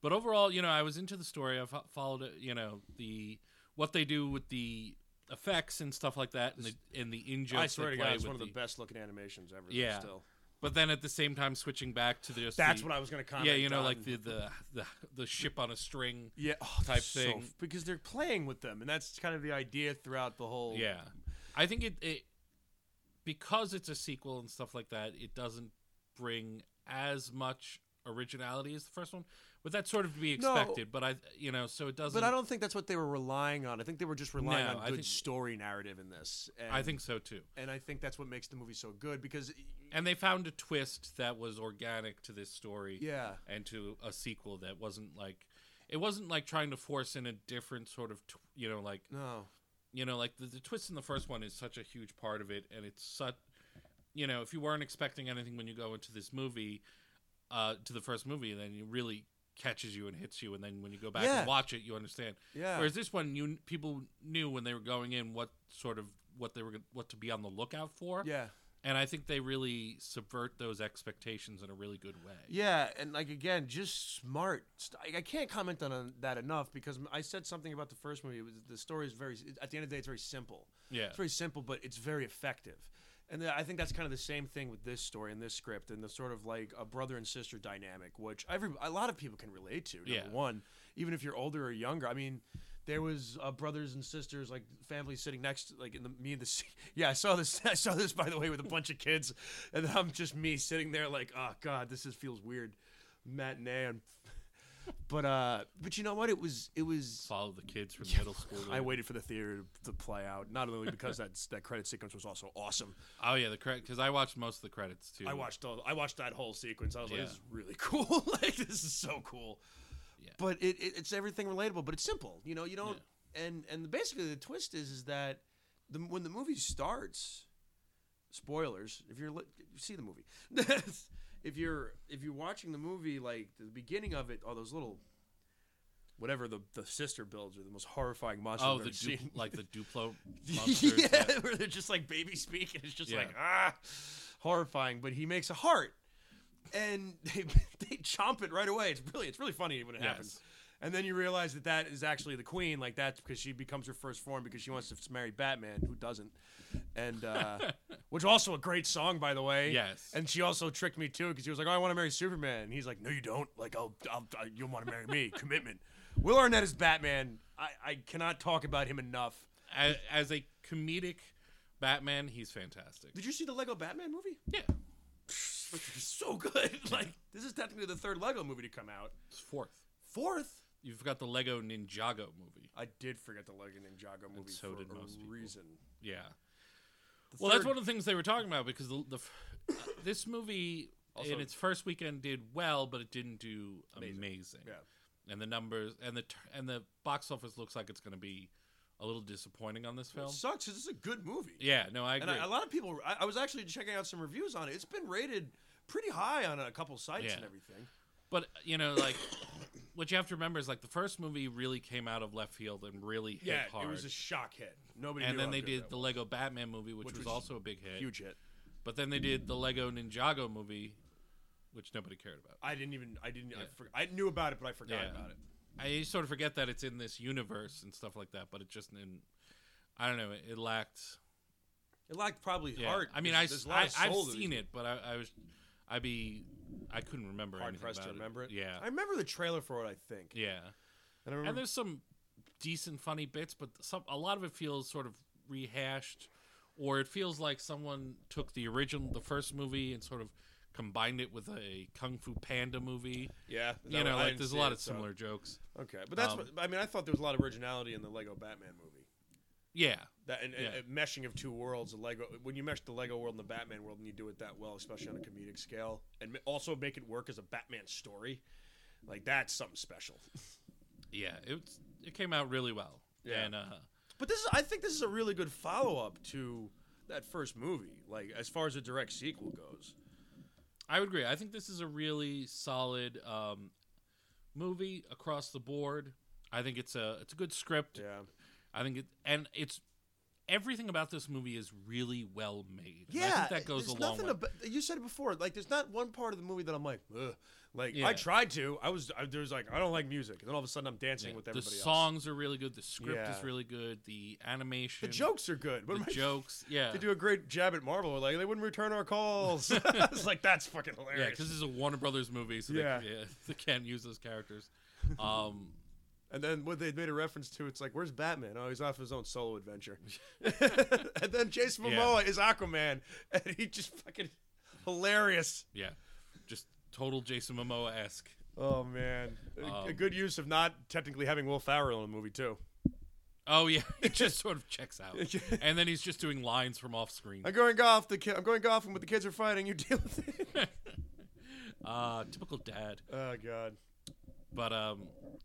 Speaker 1: But overall, you know, I was into the story. I fo- followed, it, you know, the what they do with the effects and stuff like that, and the and the in jokes.
Speaker 2: I swear
Speaker 1: they
Speaker 2: to God,
Speaker 1: play
Speaker 2: it's
Speaker 1: with
Speaker 2: one of the,
Speaker 1: the-
Speaker 2: best looking animations ever. though,
Speaker 1: Yeah.
Speaker 2: still.
Speaker 1: But then at the same time, switching back to the just
Speaker 2: That's
Speaker 1: the-
Speaker 2: what I was gonna comment.
Speaker 1: yeah, you know, like
Speaker 2: on.
Speaker 1: the, the the the ship on a string.
Speaker 2: yeah oh,
Speaker 1: type
Speaker 2: so
Speaker 1: thing.
Speaker 2: f- because they're playing with them, and that's kind of the idea throughout the whole.
Speaker 1: Yeah, I think it, it because it's a sequel and stuff like that. It doesn't bring as much originality as the first one, but that's sort of to be
Speaker 2: No.
Speaker 1: expected. But I, you know, so it doesn't.
Speaker 2: But I don't think that's what they were relying on. I think they were just relying
Speaker 1: No,
Speaker 2: on
Speaker 1: I
Speaker 2: good
Speaker 1: think-
Speaker 2: story narrative in this. And,
Speaker 1: I think so too.
Speaker 2: and I think that's what makes the movie so good because,
Speaker 1: And they found a twist that was organic to this story.
Speaker 2: yeah,
Speaker 1: and to a sequel that wasn't like it wasn't like trying to force in a different sort of tw- you know like
Speaker 2: no,
Speaker 1: you know like the, the twist in the first one is such a huge part of it and it's such you know if you weren't expecting anything when you go into this movie uh to the first movie then it really catches you and hits you and then when you go back
Speaker 2: Yeah.
Speaker 1: and watch it you understand
Speaker 2: yeah,
Speaker 1: whereas this one you people knew when they were going in what sort of what they were gon- what to be on the lookout for
Speaker 2: yeah,
Speaker 1: and i think they really subvert those expectations in a really good way
Speaker 2: yeah, and like again, just smart. st- I- I can't comment on uh, that enough because I said something about the first movie. It was the story is very at the end of the day, it's very simple.
Speaker 1: yeah
Speaker 2: It's very simple, but it's very effective. And then I think that's kind of the same thing with this story and this script and the sort of like a brother and sister dynamic, which every a lot of people can relate to. Number
Speaker 1: Yeah.
Speaker 2: one, even if you're older or younger. I mean, there was uh, brothers and sisters like family sitting next, like in the me and the se- yeah. I saw this. I saw this by the way with a bunch of kids, and I'm just me sitting there like, oh god, this is feels weird. Matinee, and, but uh, but you know what? It was it was
Speaker 1: follow the kids from middle school.
Speaker 2: I waited for the theater to play out, not only because that that credit sequence was also awesome.
Speaker 1: Oh yeah, the credit because I watched most of the credits too.
Speaker 2: I watched all, I watched that whole sequence. I was
Speaker 1: Yeah.
Speaker 2: like, this is really cool. like this is so cool.
Speaker 1: Yeah.
Speaker 2: But it, it it's everything relatable, but it's simple. You know, you don't. And and basically the twist is is that the when the movie starts, spoilers. If you're li- see the movie, if you're if you're watching the movie, like the beginning of it, all those little. Whatever the, the sister builds are the most horrifying monsters.
Speaker 1: Oh,
Speaker 2: I've
Speaker 1: the
Speaker 2: ever
Speaker 1: du-
Speaker 2: seen.
Speaker 1: like the Duplo monsters.
Speaker 2: yeah,
Speaker 1: that-
Speaker 2: where they're just like baby speak, and it's just
Speaker 1: Yeah.
Speaker 2: like ah, horrifying. But he makes a heart, and they they chomp it right away. It's really it's really funny when it happens.
Speaker 1: Yes.
Speaker 2: And then you realize that that is actually the queen. Like that's because she becomes her first form because she wants to marry Batman, who doesn't. And uh, which also a great song, by the way.
Speaker 1: Yes.
Speaker 2: And she also tricked me too because she was like, "Oh, I want to marry Superman." And he's like, "No, you don't. Like, I'll, I'll I, you'll want to marry me. Commitment." Will Arnett is Batman. I, I cannot talk about him enough.
Speaker 1: as, as a comedic Batman, he's fantastic.
Speaker 2: Did you see the Lego Batman movie?
Speaker 1: Yeah,
Speaker 2: which is so good. Like this is technically the third Lego movie to come out.
Speaker 1: It's fourth.
Speaker 2: Fourth,
Speaker 1: You forgot the Lego Ninjago movie.
Speaker 2: I did forget the Lego Ninjago movie
Speaker 1: so
Speaker 2: for
Speaker 1: did
Speaker 2: a
Speaker 1: most people.
Speaker 2: reason.
Speaker 1: Yeah. well, that's
Speaker 2: third-
Speaker 1: one of the things they were talking about because the, the f- uh, this movie in its first weekend did well, but it didn't do amazing. And the numbers and the t- and the box office looks like it's going to be a little disappointing on this
Speaker 2: Yeah,
Speaker 1: film.
Speaker 2: it sucks. 'cause This is a good movie.
Speaker 1: yeah, no, I
Speaker 2: and
Speaker 1: agree.
Speaker 2: I, a lot of people. I, I was actually checking out some reviews on it. It's been rated pretty high on a couple sites
Speaker 1: Yeah.
Speaker 2: and everything.
Speaker 1: But you know, like what you have to remember is like the first movie really came out of left field and really hit hard.
Speaker 2: it was a shock hit. Nobody.
Speaker 1: and
Speaker 2: knew
Speaker 1: then
Speaker 2: how
Speaker 1: they
Speaker 2: good
Speaker 1: did
Speaker 2: that
Speaker 1: the
Speaker 2: was.
Speaker 1: Lego Batman movie, which,
Speaker 2: Which
Speaker 1: was,
Speaker 2: was
Speaker 1: also a big hit.
Speaker 2: huge hit.
Speaker 1: But then they did the Lego Ninjago movie, which nobody cared about.
Speaker 2: I didn't even. I didn't. I,
Speaker 1: Yeah.
Speaker 2: for, I knew about it, but I forgot
Speaker 1: Yeah.
Speaker 2: about it.
Speaker 1: I sort of forget that it's in this universe and stuff like that, but it just in I don't know, it, it lacked
Speaker 2: It lacked probably
Speaker 1: yeah.
Speaker 2: heart.
Speaker 1: I mean, I,
Speaker 2: There's- there's a lot
Speaker 1: I
Speaker 2: of
Speaker 1: I've
Speaker 2: soul to these
Speaker 1: seen it, but I, I was I be I couldn't remember
Speaker 2: hard
Speaker 1: anything
Speaker 2: pressed to
Speaker 1: about
Speaker 2: remember it.
Speaker 1: Yeah.
Speaker 2: I remember the trailer for it. I think.
Speaker 1: yeah.
Speaker 2: and I
Speaker 1: And
Speaker 2: remember
Speaker 1: there's some decent funny bits, but some a lot of it feels sort of rehashed or it feels like someone took the original the first movie and sort of combined it with a kung fu panda movie.
Speaker 2: yeah, that
Speaker 1: you
Speaker 2: one-
Speaker 1: know,
Speaker 2: I
Speaker 1: like
Speaker 2: didn't
Speaker 1: there's a
Speaker 2: see
Speaker 1: lot
Speaker 2: it,
Speaker 1: of
Speaker 2: so-
Speaker 1: similar jokes.
Speaker 2: Okay, but that's.
Speaker 1: Um,
Speaker 2: what, I mean, I thought there was a lot of originality in the Lego Batman movie.
Speaker 1: Yeah.
Speaker 2: That and, and-
Speaker 1: Yeah.
Speaker 2: and meshing of two worlds, the Lego. When you mesh the Lego world and the Batman world, and you do it that well, especially on a comedic scale, and ma- also make it work as a Batman story, like that's something special.
Speaker 1: Yeah, it was- it came out really well.
Speaker 2: Yeah.
Speaker 1: And uh
Speaker 2: But this is, I think, this is a really good follow up to that first movie. Like as far as a direct sequel goes,
Speaker 1: I would agree. I think this is a really solid um, movie across the board. I think it's a it's a good script.
Speaker 2: yeah,
Speaker 1: I think it and it's everything about this movie is really well made. And I think that goes a
Speaker 2: there's
Speaker 1: long
Speaker 2: nothing
Speaker 1: way.
Speaker 2: About, you said it before. Like, there's not one part of the movie that I'm like, Ugh. like
Speaker 1: Yeah.
Speaker 2: I tried to. I was I, there was like I don't like music, and then all of a sudden I'm dancing
Speaker 1: Yeah.
Speaker 2: with
Speaker 1: the
Speaker 2: everybody. else.
Speaker 1: songs are really good. The script
Speaker 2: Yeah.
Speaker 1: is really good. The animation,
Speaker 2: the jokes are good. What
Speaker 1: the
Speaker 2: am I-
Speaker 1: jokes. Yeah,
Speaker 2: They do a great jab at Marvel. We're Like they wouldn't return our calls. it's like that's fucking
Speaker 1: yeah,
Speaker 2: hilarious.
Speaker 1: because this is a Warner Brothers movie, so
Speaker 2: Yeah.
Speaker 1: They, yeah, they can't use those characters. Um,
Speaker 2: and then what they made a reference to, it's like, where's Batman? Oh, he's off his own solo adventure. and then Jason
Speaker 1: Yeah.
Speaker 2: Momoa is Aquaman, and he just fucking hilarious.
Speaker 1: yeah, just total Jason Momoa esque.
Speaker 2: Oh man, A- a
Speaker 1: Um,
Speaker 2: good use of not technically having Will Farrell in a movie too.
Speaker 1: Oh yeah, he just sort of checks out,
Speaker 2: Yeah.
Speaker 1: and then he's just doing lines from off screen.
Speaker 2: I'm going golf. The ki- I'm going golfing, but the kids are fighting. You deal with it.
Speaker 1: Uh, typical dad,
Speaker 2: oh god,
Speaker 1: but um,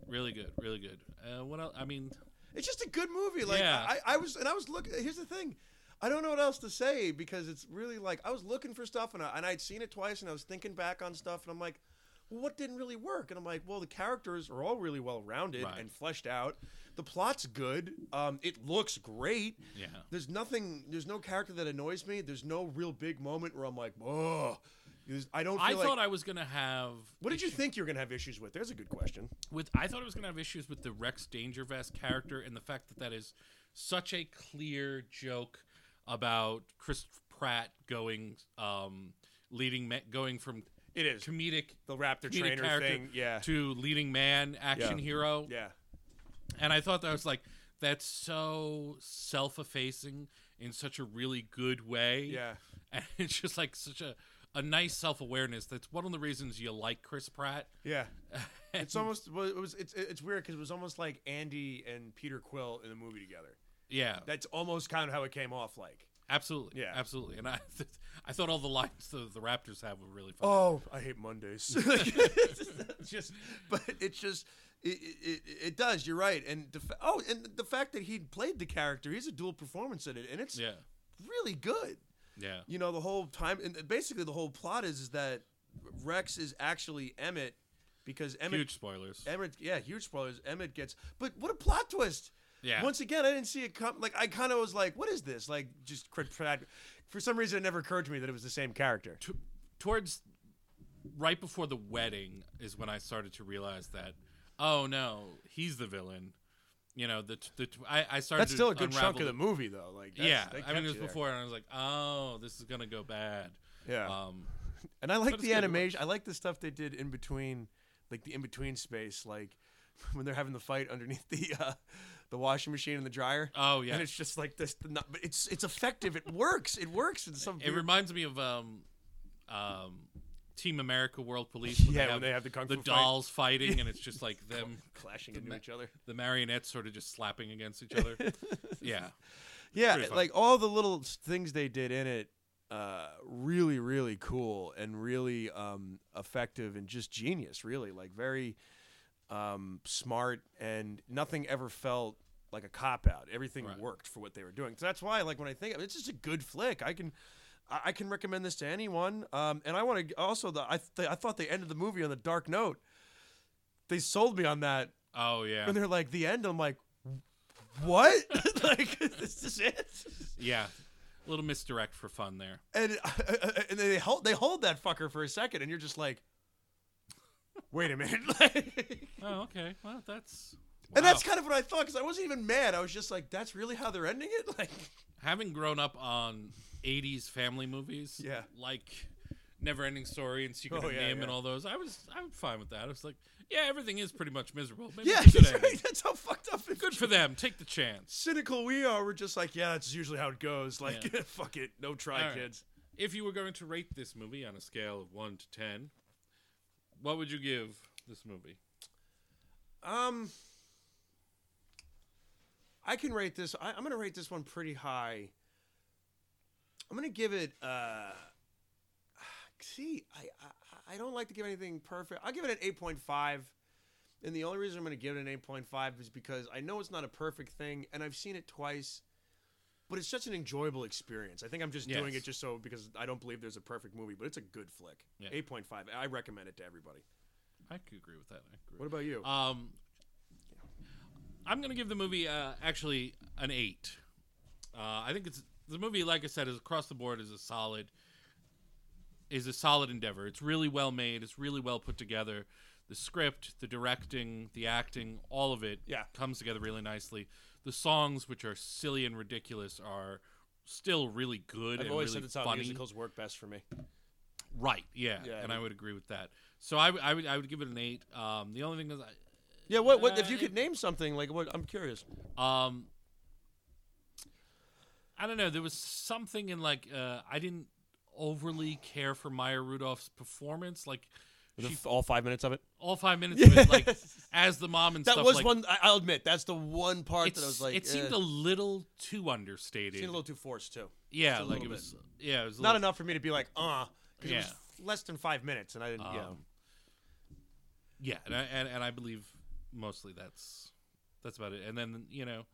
Speaker 1: really good, really good. Uh, what else? I mean,
Speaker 2: it's just a good movie. Like
Speaker 1: Yeah.
Speaker 2: I, I was, and I was looking. Here's the thing, I don't know what else to say because it's really like I was looking for stuff, and I, and I'd seen it twice, and I was thinking back on stuff, and I'm like. Well, what didn't really work? And I'm like, well, the characters are all really well rounded
Speaker 1: Right.
Speaker 2: and fleshed out. The plot's good. Um, it looks great.
Speaker 1: yeah,
Speaker 2: There's nothing. There's no character that annoys me. There's no real big moment where I'm like, oh. There's- I don't. Feel
Speaker 1: I
Speaker 2: like,
Speaker 1: thought I was gonna have.
Speaker 2: What did you think you were gonna have issues with? There's a good question.
Speaker 1: with? I thought I was gonna have issues with the Rex Danger Vest character and the fact that that is such a clear joke about Chris Pratt going, um, leading, ma- going from
Speaker 2: It is
Speaker 1: comedic.
Speaker 2: the raptor
Speaker 1: comedic
Speaker 2: trainer
Speaker 1: character
Speaker 2: thing. Yeah,
Speaker 1: to leading man action
Speaker 2: Yeah.
Speaker 1: hero
Speaker 2: yeah.
Speaker 1: And I thought that was like that's so self-effacing in such a really good way.
Speaker 2: Yeah.
Speaker 1: And it's just like such a a nice self-awareness. That's one of the reasons you like Chris Pratt.
Speaker 2: Yeah, it's almost well, it was it's it's weird because it was almost like Andy and Peter Quill in the movie together.
Speaker 1: Yeah.
Speaker 2: That's almost kind of how it came off like.
Speaker 1: absolutely.
Speaker 2: Yeah.
Speaker 1: Absolutely. And I I thought all the lines the, the Raptors have were really funny.
Speaker 2: Oh, I hate Mondays. It's just, but it's just it, it it- it does. You're right, and the fa- oh, and the fact that he played the character, he's a dual performance in it, and it's
Speaker 1: Yeah.
Speaker 2: really good.
Speaker 1: Yeah.
Speaker 2: you know the whole time and basically the whole plot is, is that rex is actually emmett because emmett
Speaker 1: Huge spoilers.
Speaker 2: emmett yeah huge spoilers emmett gets but what a plot twist
Speaker 1: Yeah.
Speaker 2: once again i didn't see it come like i kind of was like what is this like just Chris Pratt. for some reason it never occurred to me that it was the same character
Speaker 1: T- towards right before the wedding is when I started to realize that oh no, he's the villain. You know, the t- the t- I, I started
Speaker 2: that's
Speaker 1: to
Speaker 2: still a good
Speaker 1: unravel
Speaker 2: chunk of the movie though like that's,
Speaker 1: yeah,
Speaker 2: they
Speaker 1: I
Speaker 2: kept
Speaker 1: mean it was
Speaker 2: you there.
Speaker 1: before, and I was like, "Oh, this is gonna go bad."
Speaker 2: yeah
Speaker 1: Um,
Speaker 2: And I like
Speaker 1: it's
Speaker 2: the
Speaker 1: good, it
Speaker 2: animation. I like the stuff they did in between, like the in between space, like when they're having the fight underneath the uh, the washing machine and the dryer.
Speaker 1: Oh, yeah.
Speaker 2: and it's just like this. Not, but it's it's effective. It works. It works in some.
Speaker 1: it
Speaker 2: weird-
Speaker 1: reminds me of um, um, Team America World Police. When they
Speaker 2: Yeah, when
Speaker 1: have
Speaker 2: they have the kung
Speaker 1: the
Speaker 2: fu fight.
Speaker 1: dolls fighting, and it's just like them,
Speaker 2: Clashing
Speaker 1: the
Speaker 2: into
Speaker 1: ma-
Speaker 2: each other.
Speaker 1: the marionettes sort of just slapping against each other. yeah,
Speaker 2: Yeah,
Speaker 1: Pretty fun.
Speaker 2: like all the little s- things they did in it, uh, really, really cool and really um, effective and just genius. Really, like very um, smart and nothing ever felt like a cop out. Everything
Speaker 1: Right.
Speaker 2: worked for what they were doing. So that's why, like when I think of it, it's just a good flick. I can. I I can recommend this to anyone, um, and I want to also. The, I th- I thought they ended the movie on the dark note. They sold me on that
Speaker 1: oh yeah,
Speaker 2: and they're like the end i'm like what like this is it
Speaker 1: yeah. A little misdirect for fun there.
Speaker 2: and, and they hold they hold that fucker for a second and you're just like wait a minute like,
Speaker 1: Oh okay, well that's
Speaker 2: and that's
Speaker 1: wow.
Speaker 2: kind of what i thought because i wasn't even mad i was just like that's really how they're ending it like
Speaker 1: having grown up on 80s family movies
Speaker 2: Yeah.
Speaker 1: like never ending story and secret
Speaker 2: Oh,
Speaker 1: of
Speaker 2: yeah,
Speaker 1: name
Speaker 2: yeah.
Speaker 1: and all those i was i'm fine with that i was like yeah everything is pretty much miserable Maybe
Speaker 2: yeah
Speaker 1: it's a good, ending.
Speaker 2: that's how fucked up it
Speaker 1: good for them take the chance
Speaker 2: cynical we are we're just like yeah that's usually how it goes like
Speaker 1: Yeah.
Speaker 2: fuck it no try
Speaker 1: All right.
Speaker 2: kids
Speaker 1: if you were going to rate this movie on a scale of 1 to 10 what would you give this movie
Speaker 2: Um, I can rate this. I, I'm going to rate this one pretty high. I'm going to give it. Uh, see, I, I I don't like to give anything perfect. I'll give it an 8.5. And the only reason I'm going to give it an 8.5 is because I know it's not a perfect thing, and I've seen it twice. But it's such an enjoyable experience. I think I'm just doing
Speaker 1: Yes.
Speaker 2: it just so because I don't believe there's a perfect movie, but it's a good flick.
Speaker 1: Yeah.
Speaker 2: 8.5. I recommend it to everybody.
Speaker 1: i could agree with that I agree
Speaker 2: What about you?
Speaker 1: Um, I'm gonna give the movie uh, actually an eight. Uh, I think it's the movie. Like I said, is across the board is a solid is a solid endeavor. It's really well made. It's really well put together. The script, the directing, the acting, all of it
Speaker 2: Yeah.
Speaker 1: comes together really nicely. The songs, which are silly and ridiculous, are still really good
Speaker 2: I've
Speaker 1: and
Speaker 2: always
Speaker 1: really
Speaker 2: said it's how
Speaker 1: funny.
Speaker 2: musicals work best for me.
Speaker 1: Right? Yeah,
Speaker 2: Yeah, I
Speaker 1: and I,
Speaker 2: mean-
Speaker 1: would agree with that. So I, w- I would I would give it an eight. Um, the only thing is, I,
Speaker 2: Yeah, what, what
Speaker 1: Uh,
Speaker 2: if you
Speaker 1: it-
Speaker 2: could name something like what? I'm curious.
Speaker 1: Um, I don't know. There was something in like uh, I didn't overly care for Maya Rudolph's performance. Like she,
Speaker 2: all five minutes of it.
Speaker 1: all five minutes of it, like as the mom and
Speaker 2: That
Speaker 1: stuff.
Speaker 2: was
Speaker 1: like,
Speaker 2: one. I, I'll admit, that's the one part that I
Speaker 1: it's-
Speaker 2: was like.
Speaker 1: it seemed a
Speaker 2: eh.
Speaker 1: little too understated.
Speaker 2: seemed a little too forced too.
Speaker 1: yeah,
Speaker 2: just a
Speaker 1: like
Speaker 2: little
Speaker 1: it was. Yeah, it was a
Speaker 2: Not
Speaker 1: little-
Speaker 2: enough for me to be like, uh, because it
Speaker 1: Yeah.
Speaker 2: was less than five minutes, and I didn't. yeah,
Speaker 1: Um, yeah, and I, and, and I believe mostly that's that's about it. And then you know,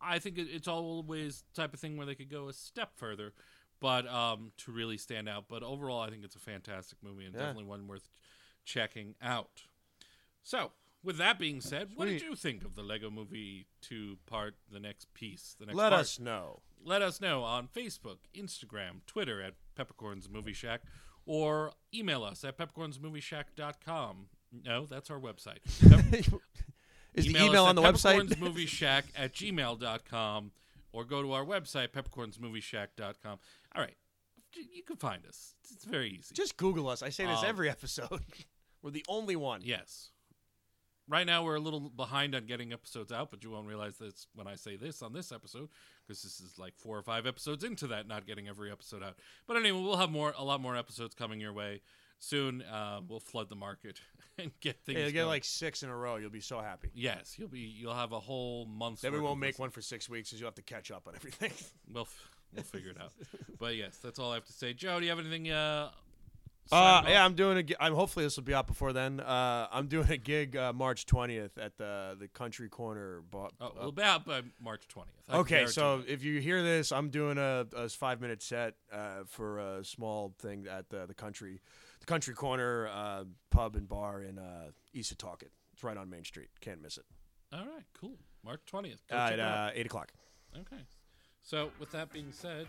Speaker 1: I think it, it's always the type of thing where they could go a step further, but um, to really stand out. But overall, I think it's a fantastic movie and
Speaker 2: Yeah.
Speaker 1: definitely one worth checking out. So. With that being said, what did
Speaker 2: Sweet.
Speaker 1: you think of the Lego Movie 2 part, the next piece, the next
Speaker 2: let
Speaker 1: part?
Speaker 2: us know.
Speaker 1: let us know on Facebook, Instagram, Twitter at Peppercorns Movie Shack, or email us at peppercornsmovieshack.com. No, that's our website. Pep-
Speaker 2: Is the
Speaker 1: us
Speaker 2: email
Speaker 1: at
Speaker 2: on the website?
Speaker 1: peppercornsmovieshack at gmail.com, or go to our website, peppercornsmovieshack.com. All right. J- You can find us. It's very easy.
Speaker 2: Just Google us. I say this
Speaker 1: Um,
Speaker 2: every episode. We're the only one.
Speaker 1: yes. Right now, we're a little behind on getting episodes out, but you won't realize this when I say this on this episode, because this is like four or five episodes into that, not getting every episode out. But anyway, we'll have more, a lot more episodes coming your way soon. Uh, we'll flood the market and get things.
Speaker 2: Hey, you'll get
Speaker 1: going.
Speaker 2: like six in a row. You'll be so happy.
Speaker 1: yes, you'll be, you'll have a whole month.
Speaker 2: Then we won't make one for six weeks because you'll have to catch up on everything.
Speaker 1: We'll, f- we'll figure it out. but yes, that's all I have to say. Joe, do you have anything? Uh,
Speaker 2: Uh,
Speaker 1: signed
Speaker 2: yeah,
Speaker 1: off?
Speaker 2: I'm doing a. gi- I'm hopefully this will be out before then. Uh, I'm doing a gig uh, March 20th at the the Country Corner. Bar,
Speaker 1: Oh, well, about by March twentieth.
Speaker 2: okay, so if you hear this, I'm doing a, a five minute set uh, for a small thing at the the Country, the Country Corner uh, pub and bar in uh, East Setauket. It's right on Main Street. Can't miss it.
Speaker 1: all right, cool. March twentieth.
Speaker 2: At uh, eight o'clock.
Speaker 1: Okay. So, with that being said,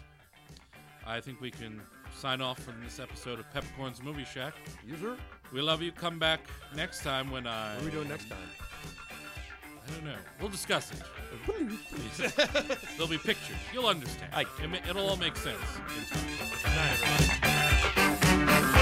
Speaker 1: I think we can sign off from this episode of Peppercorn's Movie Shack.
Speaker 2: User,
Speaker 1: We love you. Come back next time when I.
Speaker 2: what are we doing next time?
Speaker 1: I don't know. We'll discuss it. There'll be pictures. You'll understand.
Speaker 2: I-
Speaker 1: It ma- It'll all make sense. in time.